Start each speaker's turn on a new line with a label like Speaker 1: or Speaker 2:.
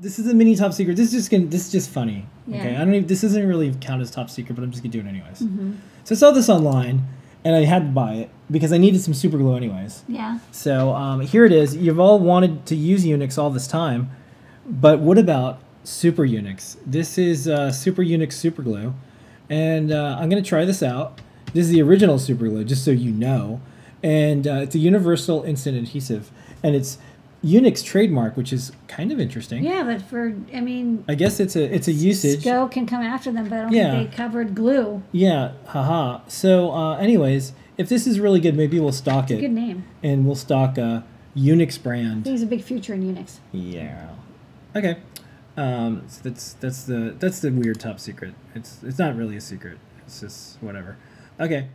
Speaker 1: this is a mini top secret. This is just gonna, this is just funny.
Speaker 2: Yeah.
Speaker 1: Okay, I don't even. This isn't really count as top secret, but I'm just gonna do it anyways. So I saw this online, and I had to buy it because I needed some super glue anyways.
Speaker 2: Yeah.
Speaker 1: So um, here it is. You've all wanted to use Unix all this time, but what about Super Unix? This is uh, Super Unix Super Glue, and uh, I'm going to try this out. This is the original Super Glue, just so you know, and uh, it's a universal instant adhesive, and it's Unix trademark, which is kind of interesting.
Speaker 2: Yeah, but for I mean,
Speaker 1: I guess it's a it's a usage.
Speaker 2: Sco can come after them, but I don't
Speaker 1: Yeah.
Speaker 2: think they covered glue.
Speaker 1: Yeah, haha. So, uh, anyways, if this is really good, maybe we'll stock it,
Speaker 2: Good name.
Speaker 1: and we'll stock a Unix brand.
Speaker 2: I think He's a big future in Unix.
Speaker 1: Yeah. Okay. Um, so that's that's the that's the weird top secret. It's it's not really a secret. It's just whatever. Okay.